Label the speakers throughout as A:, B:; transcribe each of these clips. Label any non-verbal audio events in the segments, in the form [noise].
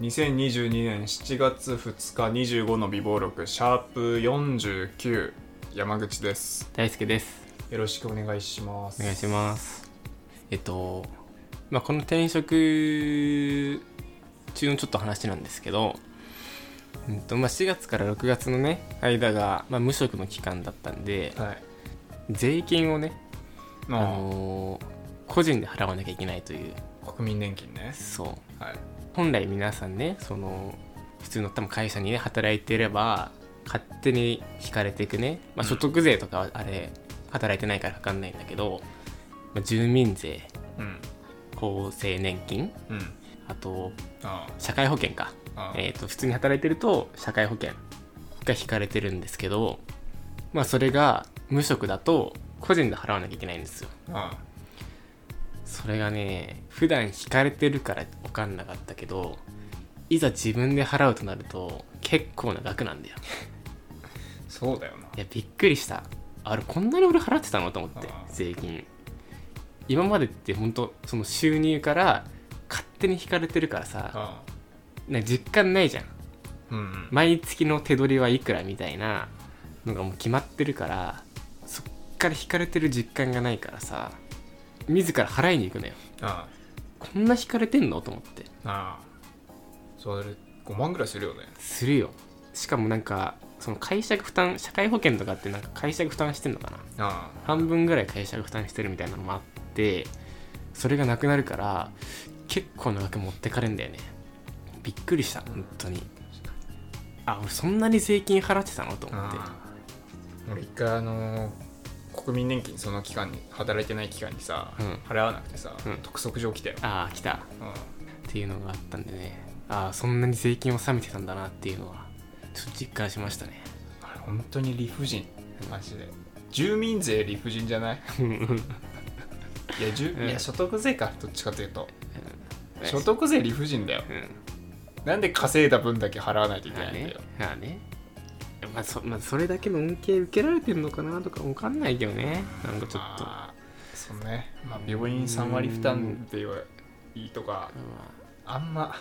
A: 2022年7月2日25の美貌録シャープ49山口です
B: 大輔です
A: よろしくお願いします
B: お願いしますえっと、まあ、この転職中のちょっと話なんですけど、うんとまあ、4月から6月のね間が、まあ、無職の期間だったんで
A: はい
B: 税金をね、あ
A: あ
B: のー個人で払わなきゃいけないという
A: あ国民年金ね
B: そう
A: はい
B: 本来皆さんねその普通の多分会社にね働いていれば勝手に引かれていくね、まあ、
A: うん
B: 所得税とかはあれ働いてないからかかんないんだけど、まあ、住民税
A: うん
B: 厚生年金
A: うん
B: あと
A: あ
B: 社会保険か、
A: ああ
B: えー、と普通に働いてると社会保険が引かれてるんですけど、まあ、それが無職だと個人で払わなきゃいけないんですよ
A: あ
B: それがね普段引かれてるから分かんなかったけどいざ自分で払うとなると結構な額なんだよ
A: そうだよない
B: やびっくりしたあれこんなに俺払ってたのと思って
A: あー
B: 税金今までって本当その収入から勝手に引かれてるからさ
A: ああ
B: なんか実感ないじゃん
A: うんうん
B: 毎月の手取りはいくらみたいなのがもう決まってるからそっから引かれてる実感がないからさ自ら払いに行くのよ
A: あ
B: こんな引かれてんのと思って
A: あああそれ5万ぐらいするよね
B: するよしかもなんかその会社が負担社会保険とかってなんか会社が負担してんのかな
A: あ
B: 半分ぐらい会社が負担してるみたいなのもあってそれがなくなるから結構な額持ってかれんだよねびっくりした本当にあ俺そんなに税金払ってたのと
A: あ
B: 思って
A: ああ俺一回あのー国民年金その期間に働いてない期間にさ、
B: うん
A: 払わなくてさ、
B: うん
A: 督促状来たよ、
B: ああ来た
A: う
B: っていうのがあったんでねああそんなに税金を納めてたんだなっていうのはちょっと実感しましたね
A: ん、あれ本当に理不尽マジで住民税理不尽じゃない [laughs] いや住、
B: うん
A: いや所得税かどっちかというと所得税理不尽だよ
B: うん
A: なんで稼いだ分だけ払わないといけ
B: ま
A: な
B: あ
A: いん
B: ね
A: だよ、
B: まあねまあそまあ、それだけの恩恵受けられてるのかなとか分かんないけどねなんかちょっと、まあ
A: まあそうね、まあ、病院3割負担でいいとかあんま、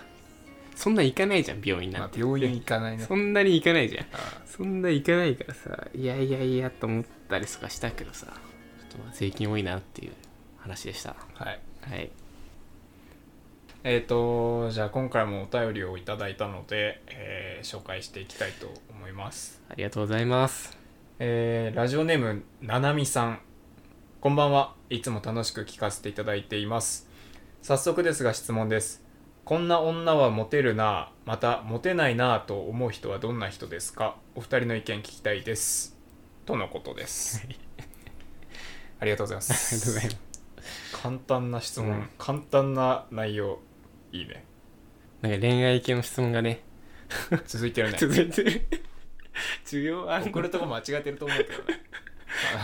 B: そんな行かないじゃん病院
A: ま
B: な
A: あ
B: ん、て、
A: 病院行かないね
B: そんなに行かないじゃん
A: あ
B: そんな行かないからさいやいやいやと思ったりとかしたけどさちょっとまあ税金多いなっていう話でした
A: はい
B: はい
A: えーとじゃあ今回もお便りをいただいたので、えー紹介していきたいと思います、
B: ありがとうございます
A: えーラジオネームななみさんこんばんはいつも楽しく聞かせていただいています早速ですが質問ですこんな女はモテるなぁまたモテないなぁと思う人はどんな人ですかお二人の意見聞きたいですとのことですありがとうございま
B: ありがとう
A: す
B: ございます
A: 簡単な質問、
B: うん
A: 簡単な内容いいね
B: なんか恋愛系の質問がね
A: 続いてるね
B: [laughs] 続いてる授業あんの
A: 送るとこ間違えてると思う
B: [laughs]
A: けど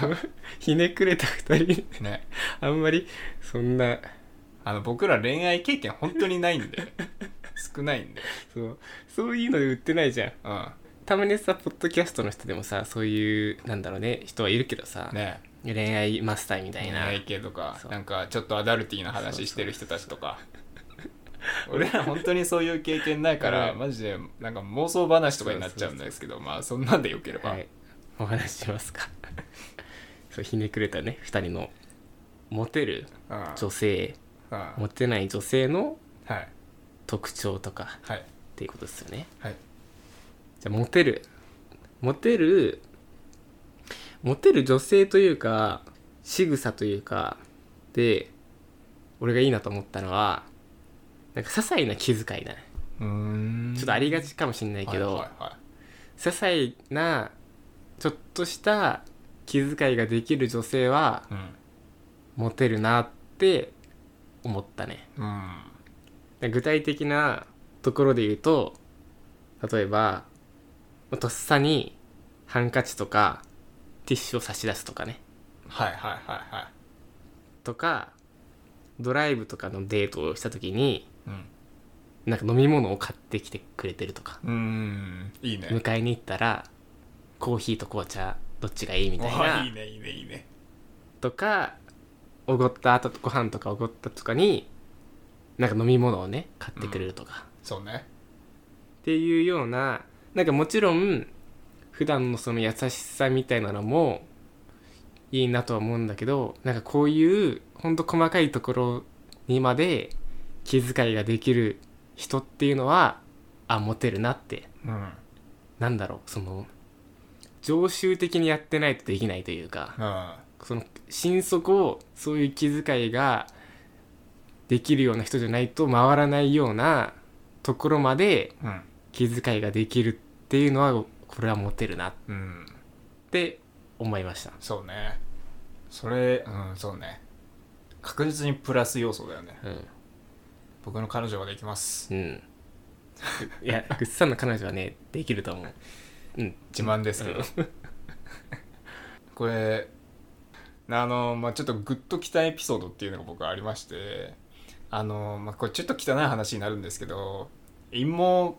A: ね
B: ひねくれた2人
A: あの。ね。
B: あんまりそんな
A: あの、僕ら恋愛経験本当にないん
B: [laughs]
A: で。少ないんで。
B: そうそういうので売ってないじゃん
A: うん。
B: たまにさポッドキャストの人でもさそういうなんだろうね人はいるけどさ、
A: ね。
B: 恋愛マスターみたい
A: 恋
B: な
A: 愛系とか
B: そ、う
A: なんかちょっとアダルティーな話してる人たちとか。俺ら本当にそういう経験ないから、
B: うん
A: マジでなんか妄想話とかになっちゃうんですけど、まあそんなんでよければ。
B: はいお話ししますか [laughs] そうひねくれたね2人のモテる
A: うんうん
B: 女性
A: は
B: モテない女性の
A: い。はい。
B: 特徴とか
A: はい。
B: っていうことですよね
A: はい。
B: じゃあモテるモテるモテる女性というか仕草というかで俺がいいなと思ったのはなんか些細な気遣いだね
A: うーん。
B: ちょっとありがちかもしんないけ
A: は
B: ど、
A: いはいはい
B: 些細なちょっとした気遣いができる女性は
A: うん。
B: モテるなって思ったね
A: うん。
B: で具体的なところで言うと例えばまあとっさにハンカチとかティッシュを差し出すとかね
A: はいはいはいはい。
B: とかドライブとかのデートをした時に
A: うん。
B: なんか飲み物を買ってきてくれてるとか
A: うーん。いいね。
B: 迎えに行ったらコーヒーと紅茶どっちがいいみたい
A: わあ
B: ない
A: ねいいねいいね
B: とかおごった後ご飯とかおごったとかになんか飲み物をね買ってくれるとか、
A: そうね
B: っていうようななんかもちろん普段のその優しさみたいなのもいいなとは思うんだけどなんかこういうほんと細かいところにまで気遣いができる人っていうのはあモテるなって
A: うん
B: なんだろうその常習的にやってないとできないというか
A: あ
B: その心底をそういう気遣いができるような人じゃないと回らないようなところまで
A: あうん
B: 気遣いができるっていうのはこれはモテるなっ
A: うん
B: て思いました
A: そうねそれうんそうね確実にプラス要素だよね
B: うん、
A: 僕の彼女はできます
B: うん、いやぐっさんの彼女はねできると思ううん
A: 自慢ですけど、これあのまあちょっとグッときたエピソードっていうのが僕ありましてあのまあこれちょっと汚い話になるんですけど陰謀っ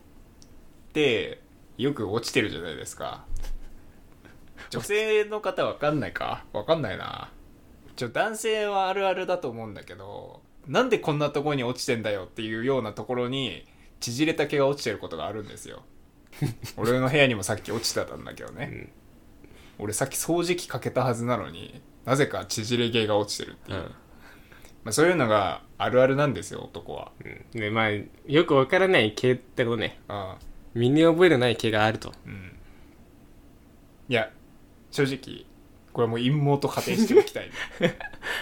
A: てよく落ちてるじゃないですか女性の方わかんないかわかんないなちょ男性はあるあるだと思うんだけどなんでこんなところに落ちてんだよっていうようなところに縮れた毛が落ちてることがあるんです
B: [laughs]
A: よ俺の部屋にもさっき落ちてたんだけどね、
B: うん
A: 俺さっき掃除機かけたはずなのになぜか縮れ毛が落ちてるっていう、
B: うん
A: まあ、そういうのがあるあるなんですよ男は、
B: うんでまあよくわからない毛ってことね
A: あ
B: 身に覚えのない毛があると
A: あうんいや正直これもう陰謀と仮定しておきたいね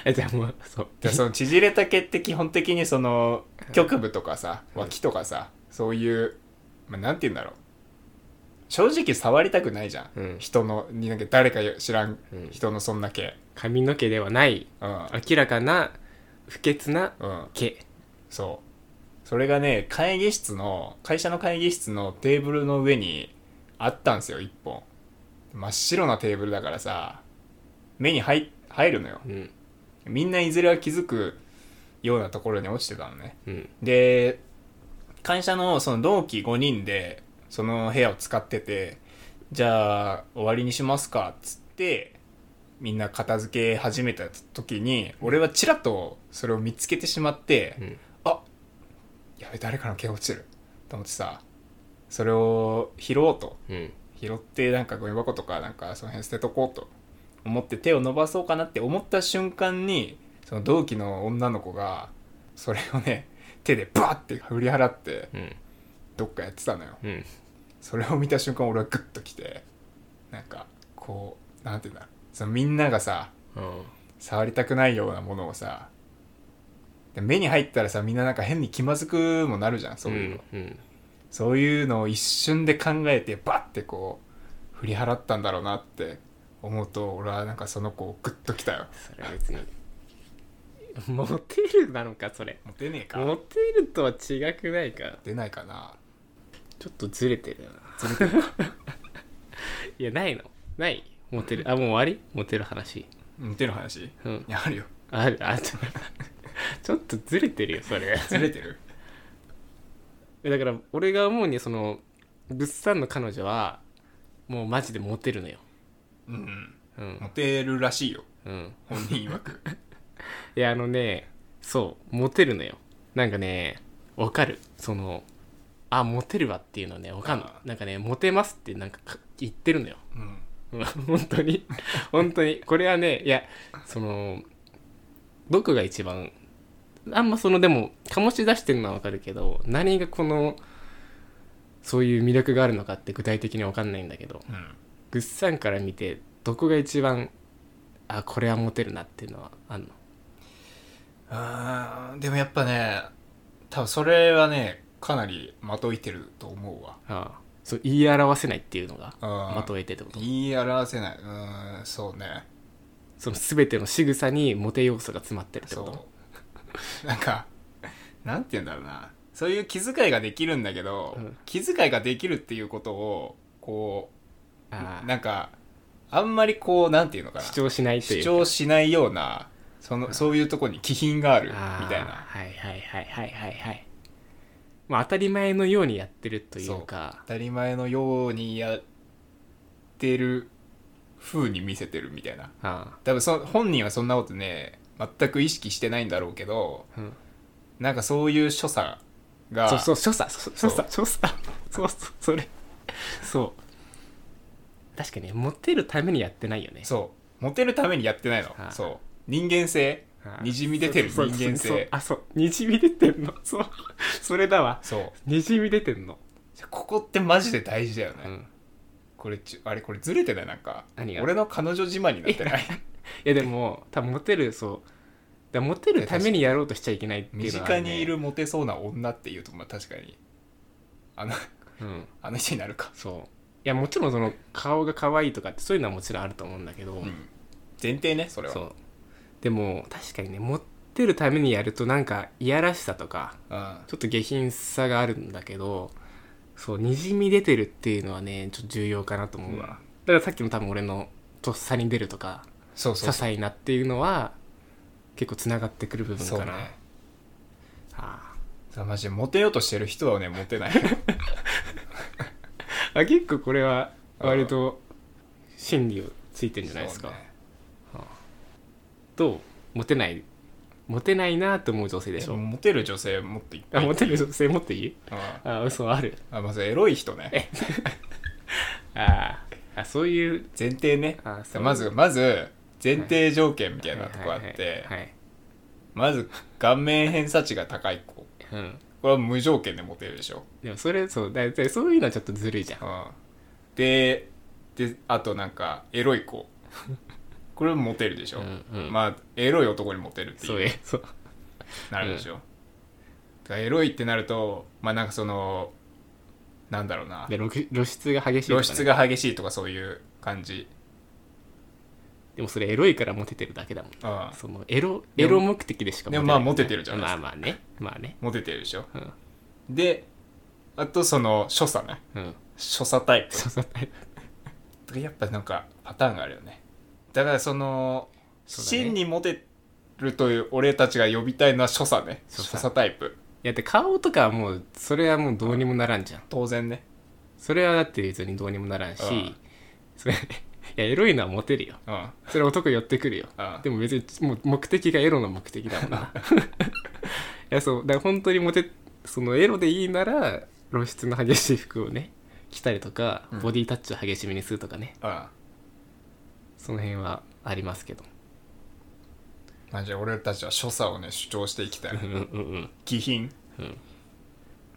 B: えじゃあもうそう
A: でその縮れた毛って基本的にその局部とかさ脇とかさそういう、まあ、なんて言うんだろう正直触りたくないじゃん、
B: うん
A: 人のになんか誰か知らん
B: うん
A: 人のそんな毛
B: 髪の毛ではない
A: うん、
B: 明らかな不潔な
A: うん、
B: 毛
A: そう。それがね、会議室の、会社の会議室のテーブルの上にあったんですよ、一本。真っ白なテーブルだからさ、目に入入るのよ。
B: うん
A: みんないずれは気づくようなところに落ちてたのね。
B: うん
A: で、会社のその同期5人で、その部屋を使ってて、じゃあ終わりにしますか、っつって、みんな片付け始めた時に、俺はちらっとそれを見つけてしまって、
B: うん
A: あやべ誰かの毛落ちてると思ってさそれを拾おうと
B: うん
A: 拾ってなんかゴミ箱とかなんかその辺捨てとこうと思って手を伸ばそうかなって思った瞬間にその同期の女の子がそれをね手でバーって振り払って
B: うん
A: どっかやってたのよ
B: うん
A: それを見た瞬間俺はグッときてなんかこうなんていうんだろうそのみんながさ触りたくないようなものをさで目に入ったらさみんななんか変に気まずくもなるじゃんそういうの、
B: うん
A: そういうのを一瞬で考えてバッてこう振り払ったんだろうなって思うと俺はなんかその子をグッときたよ
B: それは別にモテるなのかそれ
A: モテねえか
B: モテるとは違くないか
A: 出ないかな
B: ちょっとずれてるよないやないのないモテるあもう終わりモテる話
A: モテの話い
B: うん
A: やあるよ
B: あるあちょちょっとずれてるよそれ
A: ずれてる
B: [laughs] だから俺が思うにその物産の彼女はもうマジでモテるのよ
A: うん
B: う
A: モ
B: ん
A: テるらしいよ
B: うん
A: 本人曰く
B: いやあのねそうモテるのよなんかねわかるそのあモテるわっていうのねわかんない
A: あ
B: なんかねモテますってなんかか言ってるのよ
A: うん
B: うん [laughs] 本当に本当にこれはねいやその僕が一番あんまそのでも醸し出してるのはわかるけど何がこのそういう魅力があるのかって具体的にはわかんないんだけど
A: うん
B: ぐっさんから見てどこが一番あこれはモテるなっていうのはあんの
A: あーでもやっぱね多分それはねかなりまといてると思うわ
B: ああそう言い表せないっていうのが
A: あー
B: まとえてってこと
A: 言い表せないうーんそうね
B: その全ての仕草にモテ要素が詰まってるってこ
A: そ
B: と
A: う [laughs] なんかなんて言うんだろうなそういう気遣いができるんだけど、
B: うん
A: 気遣いができるっていうことをこ
B: あ
A: う
B: あ
A: なんかあんまりこうなんていうのかな
B: 主張しないという
A: 主
B: か
A: 張しないようなそのそういうとこに気品があるみ
B: あー
A: たいな
B: はいはいはいはいはいはいまあ当たり前のようにやってるというか
A: 当たり前のようにやってる風に見せてるみたいな
B: あ
A: 多分そ本人はそんなことね全く意識してないんだろうけど
B: あ、うん、
A: なんかそういう所作が
B: そうそう所作所作所作そうそうそれそう確かにねモテるためにやってないよね
A: そうモテるためにやってないの、
B: はい
A: そう人間性
B: はい
A: にじみ出てる人
B: そう
A: 間
B: そうそう
A: 性
B: あそうにじみ出てんのそうそれだわ
A: そう
B: にじみ出てんの、
A: ここってマジで大事だよね、
B: うん、
A: これちあれこれずれてないなんか
B: 何が
A: 俺の彼女自慢になって [laughs] ない
B: いやでも多分モテるそうだからモテるためにやろうとしちゃいけないってい
A: 身
B: うのはあ
A: 近
B: るね、
A: にいるモテそうな女っていうとまあ確かにあの [laughs]
B: うん
A: あの人になるか、
B: そういやもちろんその顔が可愛いとかってそういうのはもちろんあると思うんだけど、
A: うん前提ねそれは
B: そうでも確かにね持ってるためにやるとなんかいやらしさとか
A: うん
B: ちょっと下品さがあるんだけどそうにじみ出てるっていうのはねちょっと重要かなと思うわ、
A: うん
B: だからさっきの多分俺のとっさに出るとか
A: そう
B: 些
A: そうそう
B: 細なっていうのは結構つながってくる部分
A: そう
B: か
A: ね
B: な、あ
A: だからマジでモテようとしてる人はねモテない
B: ああ結構これは割と心理をついてるんじゃないですか、
A: そうね
B: どうモテないモテないなと思う女性でし
A: でも
B: ょ
A: モテる女性もっといっぱ
B: あ
A: い
B: モテる女性もっといい
A: うん
B: あ嘘ある
A: あまずエロい人ね
B: あーあそういう
A: 前提ね
B: あそう
A: まずまず前提条件みたいなとこあっ
B: はい
A: て
B: はいはい
A: まず顔面偏差値が高い子
B: はいうん
A: これは無条件でモテるでしょ、
B: でもそれそうだいたいそういうのはちょっとずるいじゃん
A: うん、でであとなんかエロい子これもモテるでしょ、
B: うんうん
A: まあエロい男にモテるって
B: そう
A: いう
B: えそう
A: なるでしょ、だからエロいってなるとまあなんかそのなんだろうな
B: で露露出が激しいとか
A: 露
B: ね
A: 出が激しいとかそういう感じ、
B: でもそれエロいからモテてるだけだもん
A: うん、
B: そのエロ
A: で
B: エ
A: も
B: ロ目的でしか
A: でもまあモテてるじゃないで
B: ますあまあねまあね
A: モテてるでしょ
B: うん
A: であとその所作ね [laughs]
B: うん
A: 所作タイプ
B: そうそう
A: やっぱなんかパターンがあるよねだからその
B: そうだね
A: 真にモテるという俺たちが呼びたいのは所作ね
B: 所
A: 所
B: 作
A: 作タイプ
B: いやだって顔とかはもうそれはもうどうにもならんじゃん
A: 当然ね
B: それはだって別にどうにもならんし
A: うん
B: それい [laughs] やエロいのはモテるよ
A: うん
B: それ男寄ってくるよ
A: うん
B: でも別にもう目的がエロの目的だもんな [laughs] いやそうだから本当にモテそのエロでいいなら露出の激しい服をね着たりとか、
A: うん
B: ボディタッチを激しめにするとかね
A: うん
B: その辺はありますけど
A: マジで俺たちは所作をね主張していきたい
B: うんうんうん
A: 気品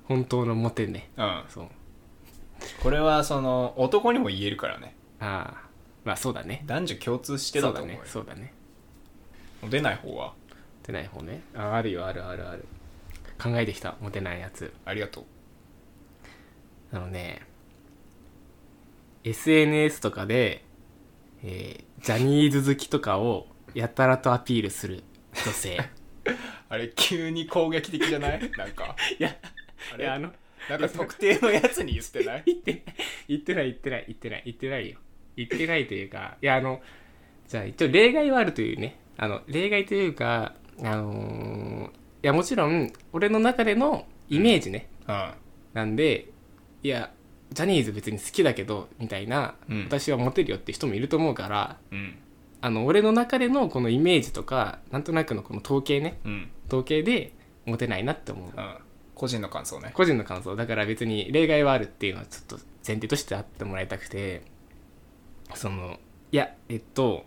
B: 本当のモテね
A: うん
B: そう
A: これはその男にも言えるからね
B: ああまあそうだね
A: 男女共通して
B: そ
A: だ
B: う
A: と
B: だ
A: 思う
B: ね
A: よ
B: そうだね
A: モテない方は
B: モテない方ねああるよあるあるある考えてきたモテないやつ
A: ありがとう
B: あのね SNS とかで、えージャニーズ好きとかをやたらとアピールする女性
A: あれ急に攻撃的じゃない [laughs] なんか
B: [laughs] いや
A: あ
B: い
A: れ
B: やあの
A: なんか特定のやつに言ってない
B: 言
A: [laughs]
B: って言ってない言ってない言ってない言ってないよ言ってないというかいやあのじゃあ一応例外はあるというねあの例外というかあのーいやもちろん俺の中でのイメージね、
A: うん
B: なんでいやジャニーズ別に好きだけどみたいな、
A: うん
B: 私はモテるよって人もいると思うから
A: うん
B: あの俺の中でのこのイメージとかなんとなくのこの統計ね
A: うん
B: 統計でモテないなって思う
A: うん個人の感想ね
B: 個人の感想だから別に例外はあるっていうのはちょっと前提としてあってもらいたくてそのいやえっと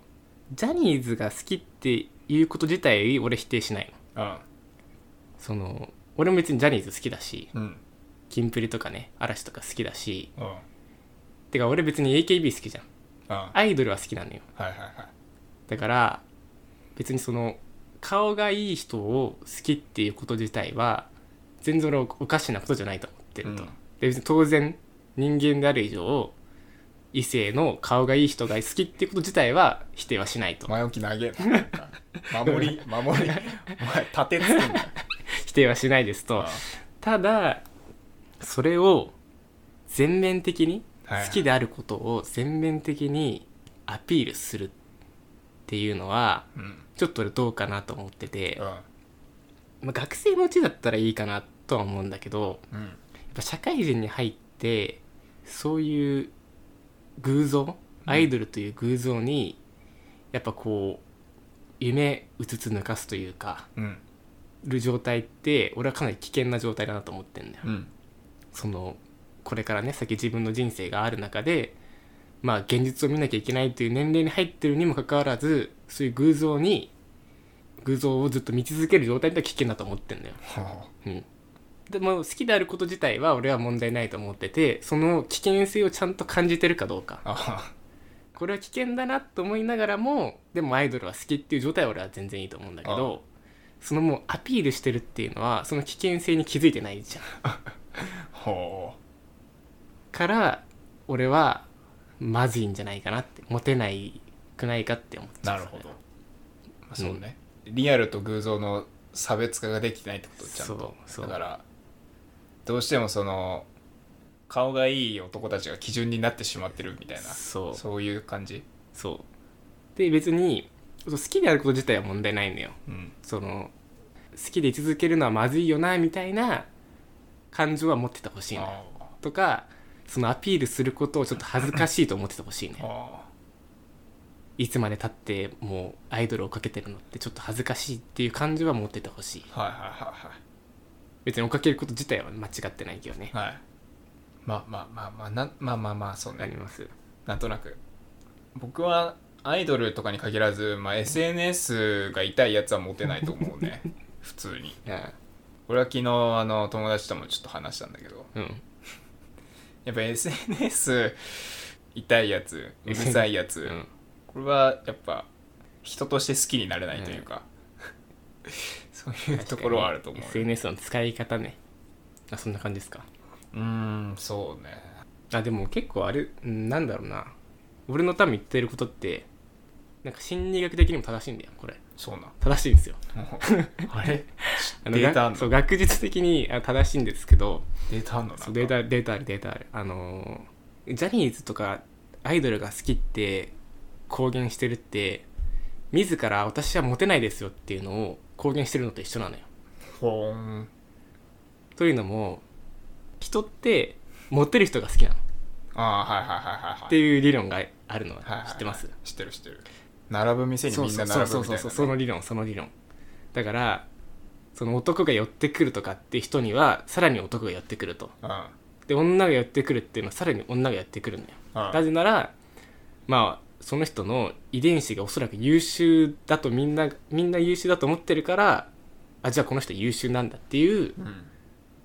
B: ジャニーズが好きっていうこと自体俺否定しないの
A: うん
B: その俺も別にジャニーズ好きだし
A: うん
B: キンプリとかね嵐とか好きだし
A: うんうん
B: てか俺別に AKB 好きじゃん
A: はい
B: アイドルは好きなのよ
A: はいはい
B: だから別にその顔がいい人を好きっていうこと自体は全然俺はおかしなことじゃないと思ってると、
A: うん
B: で別に当然人間である以上異性の顔がいい人が好きっていうこと自体は否定はしないと
A: 前置き
B: [laughs]
A: 投げななんか守り守りお前立てつけんな
B: 否定はしないですと
A: あ
B: ただそれを全面的に
A: はい
B: 好きであることを全面的にアピールするっていうのは
A: うん
B: ちょっと俺どうかなと思ってて、
A: うん
B: まあ、学生のうちだったらいいかなとは思うんだけど
A: うん
B: やっぱ社会人に入ってそういう偶像アイドルという偶像に、やっぱこう夢うつつ抜かすというか
A: うん
B: る状態って俺はかなり危険な状態だなと思ってんだよ、
A: うん
B: そのこれからね先自分の人生がある中でまあ現実を見なきゃいけないという年齢に入ってるにもかかわらずそういう偶像に偶像をずっと見続ける状態って危険だと思ってんだよ。
A: は
B: うん、でも好きであること自体は俺は問題ないと思っててその危険性をちゃんと感じてるかどうか
A: ああ
B: これは危険だなと思いながらもでもアイドルは好きっていう状態は俺は全然いいと思うんだけどそのもうアピールしてるっていうのはその危険性に気づいてないじゃん
A: あほ
B: から俺はまずいんじゃないかなってモテないくないかって思っ
A: う
B: ちゃ
A: な
B: う
A: るほど、まあ、そうね、リアルと偶像の差別化ができてないってことちゃんと
B: そうそう
A: だからどうしてもその顔がいい男たちが基準になってしまってるみたいな
B: そう
A: そういう感じ
B: そうで別にそう好きであること自体は問題ないのよ
A: うん
B: その好きで居続けるのはまずいよなみたいな感情は持っててほしいのよ
A: ああ
B: とかそのアピールすることをちょっと恥ずかしいと思っててほしいね
A: あ
B: いつまでたってもうアイドルをかけてるのってちょっと恥ずかしいっていう感情は持っててほしい
A: あはいはい
B: 別に追っかけること自体は間違ってないけどね
A: はいはいはいまあまあまあまあなまあまあまあそう
B: あ
A: ね
B: ります
A: なんとなく僕はアイドルとかに限らず、まあ、SNS が痛いやつはモテないと思う [laughs] ね普通に
B: あ
A: 俺は昨日あの友達ともちょっと話したんだけど
B: うん
A: やっぱ SNS 痛いやつうるさいやつ、
B: うん
A: これはやっぱ人として好きになれないというか、 [laughs] そういうところはあると思うよ
B: SNS の使い方ねあそんな感じですか
A: うーんそうね
B: あでも結構あれうんなんだろうな俺の多分言ってることってなんか心理学的にも正しいんだよこれ
A: そうなん
B: 正しいんですよ
A: [laughs] あれ
B: あの
A: データあん
B: が
A: の
B: そう学術的にあ正しいんですけど
A: データあんのなんか
B: そうデータデータあるデータあるあのージャニーズとかアイドルが好きって公言してるって自ら私はモテないですよっていうのを公言してるのと一緒なのよ
A: ほーん
B: というのも人ってモテる人が好きなのっ
A: ああはいはいはいはいはい
B: ていう理論があるの
A: はいはい
B: は知ってます、
A: 知ってる知ってる並ぶ店に
B: そう
A: みん
B: そ
A: な
B: うそう
A: 並ぶ
B: そ
A: み
B: う
A: たい
B: そ
A: な
B: うそうそ
A: ね
B: の理論その理論だからその男が寄ってくるとかって人にはさらに男が寄ってくると
A: うんうん
B: で女が寄ってくるっていうのはさらに女が寄ってくるんだよなぜならまあその人の遺伝子がおそらく優秀だとみんなみんな優秀だと思ってるからあじゃあこの人優秀なんだっていう
A: うん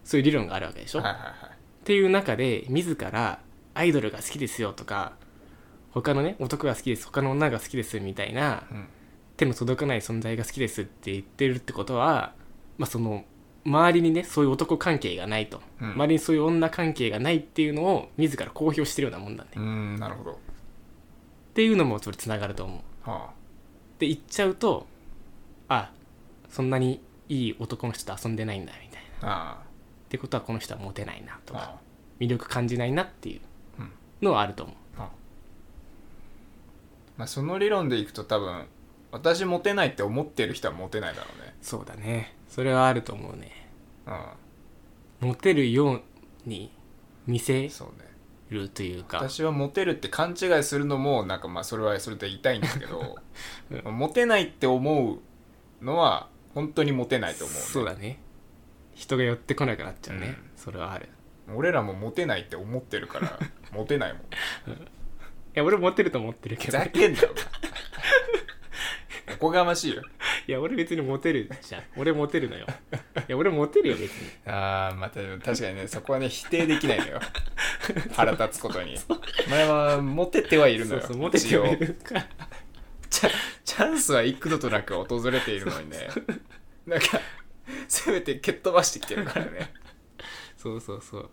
B: そういう理論があるわけでしょ、
A: はいはい
B: っ
A: はい
B: ていう中で自らアイドルが好きですよとか他のね男が好きです他の女が好きですみたいな
A: うん
B: 手の届かない存在が好きですって言ってるってことはまあその周りにねそういう男関係がないと、
A: うん
B: 周りにそういう女関係がないっていうのを自ら公表してるようなもんだね、
A: うーんなるほど
B: っていうのもそれつながると思う
A: は
B: で行っちゃうとあそんなにいい男の人と遊んでないんだみたいな
A: ああ
B: ってことはこの人はモテないな
A: あ
B: とか
A: あ
B: 魅力感じないなっていうのはあると思う
A: あまあその理論でいくと多分私モテないって思ってる人はモテないだろうね
B: そうだねそれはあると思うね
A: う
B: モテるように見せ
A: んそうね
B: るというか
A: 私はモテるって勘違いするのもなんかまあそれはそれで痛いんだけど、
B: [laughs] うん
A: まあモテないって思うのは本当にモテないと思う,、
B: そうだね人が寄ってこなくなっちゃうね、
A: うん
B: それはあるい
A: 俺らもモテないって思ってるから
B: [laughs]
A: モテないもん
B: や俺モテると思ってるけ
A: ふ
B: ど
A: ざけんなよお前おこがましいよ
B: いや俺別にモテるじゃん俺モテるの
A: [laughs]
B: よいや俺モテるよ別に
A: ああまた確かにねそこはね否定できないの
B: [laughs]
A: よ腹立つことにお前はモテてはいるのよ
B: そうそうモテてはい
A: 一応
B: るから
A: チャチャンスは幾度となく訪れているのにねなんかせめて蹴っ飛ばしてきてるからね
B: [laughs] そうそうそう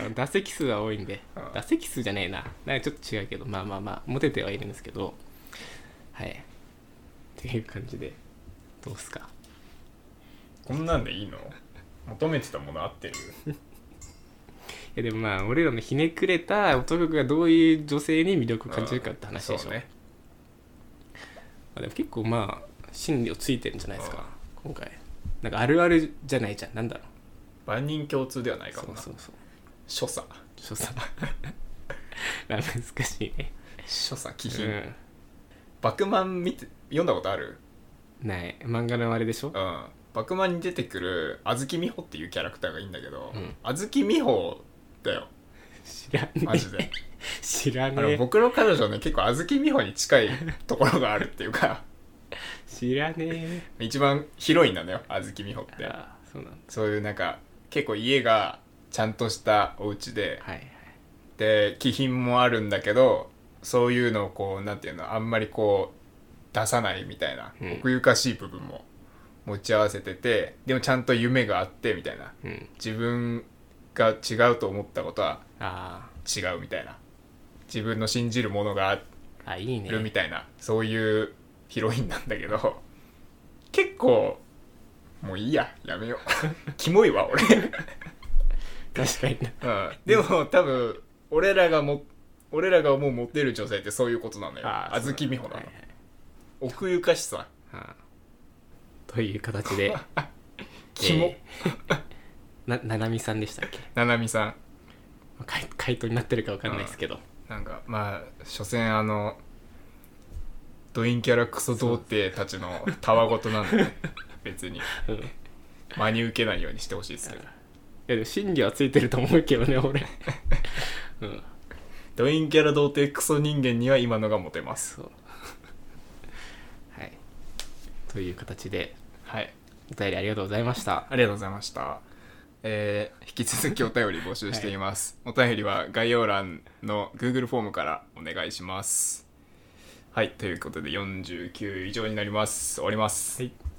B: あの打席数は多いんで
A: うん
B: 打席数じゃねえななんかちょっと違うけどまあまあまあモテてはいるんですけどはいっていう感じでどうっすか
A: こんなんでいいの求めてたもの合ってる
B: いやでもまあ俺らのひねくれた男がどういう女性に魅力を感じるかって話でし
A: そ
B: ょ、
A: う
B: ね
A: ね
B: まあ、でも結構まあ心理をついてるんじゃないですか今回なんかあるあるじゃないじゃんなんだろ
A: 万人共通ではないうか
B: そ
A: も
B: う
A: な
B: そうそう
A: 所作
B: 所作 [laughs] まあ難しいね
A: 所作気
B: う
A: 品、
B: ん
A: バクマン見て読んだことある
B: ない漫画のあれでしょ
A: うんバクマンに出てくる小豆美穂っていうキャラクターがいいんだけど、
B: うん
A: 小豆美穂だよ
B: 知らね
A: マジで
B: え知ら
A: あの
B: ねえ
A: 僕の彼女ね結構小豆美穂に近いところがあるっていうか [laughs]
B: 知らねえ
A: 一番広 [laughs] いんだよ小豆美穂って
B: あーそうなんだ
A: そういうなんか結構家がちゃんとしたお家で、
B: はいはい
A: で気品もあるんだけどそういうのをこうなんていうのあんまりこう出さないみたいな、
B: うん
A: 奥ゆかしい部分も持ち合わせててでもちゃんと夢があってみたいな
B: うん
A: 自分が違うと思ったことは
B: あ
A: 違うみたいな自分の信じるものがあ
B: ーあいいね
A: るみたいな、そういうヒロインなんだけど結構もういいややめよ
B: [laughs]
A: うキモいわ俺
B: 確かに
A: [laughs]
B: な
A: うんでも多分俺らがも俺らがもうモテる女性ってそういうことなのよ
B: あー
A: 小豆美穂なの、
B: はい
A: 奥ゆかしさ
B: はいあーという形
A: [laughs]
B: で
A: キモ、
B: えー [laughs] なななみさんでしたっけ
A: ななみさん
B: まあ回回答になってるかわかんないですけど、
A: なんかまあ所詮あのドインキャラクソ童貞たちのたわごとなんで、 [laughs] ね、別に
B: うん、い
A: 真に受けないようにしてほしいですけど
B: やでも真理はついてると思うけどね俺うん
A: ドインキャラ童貞クソ人間には今のがモテます
B: そうはいという形で
A: はい
B: お便りありがとうございました
A: ありがとうございました。えー引き続きお便り募集しています。お便りは概要欄の Google フォームからお願いします。はい、ということで49以上になります。終わります。
B: はい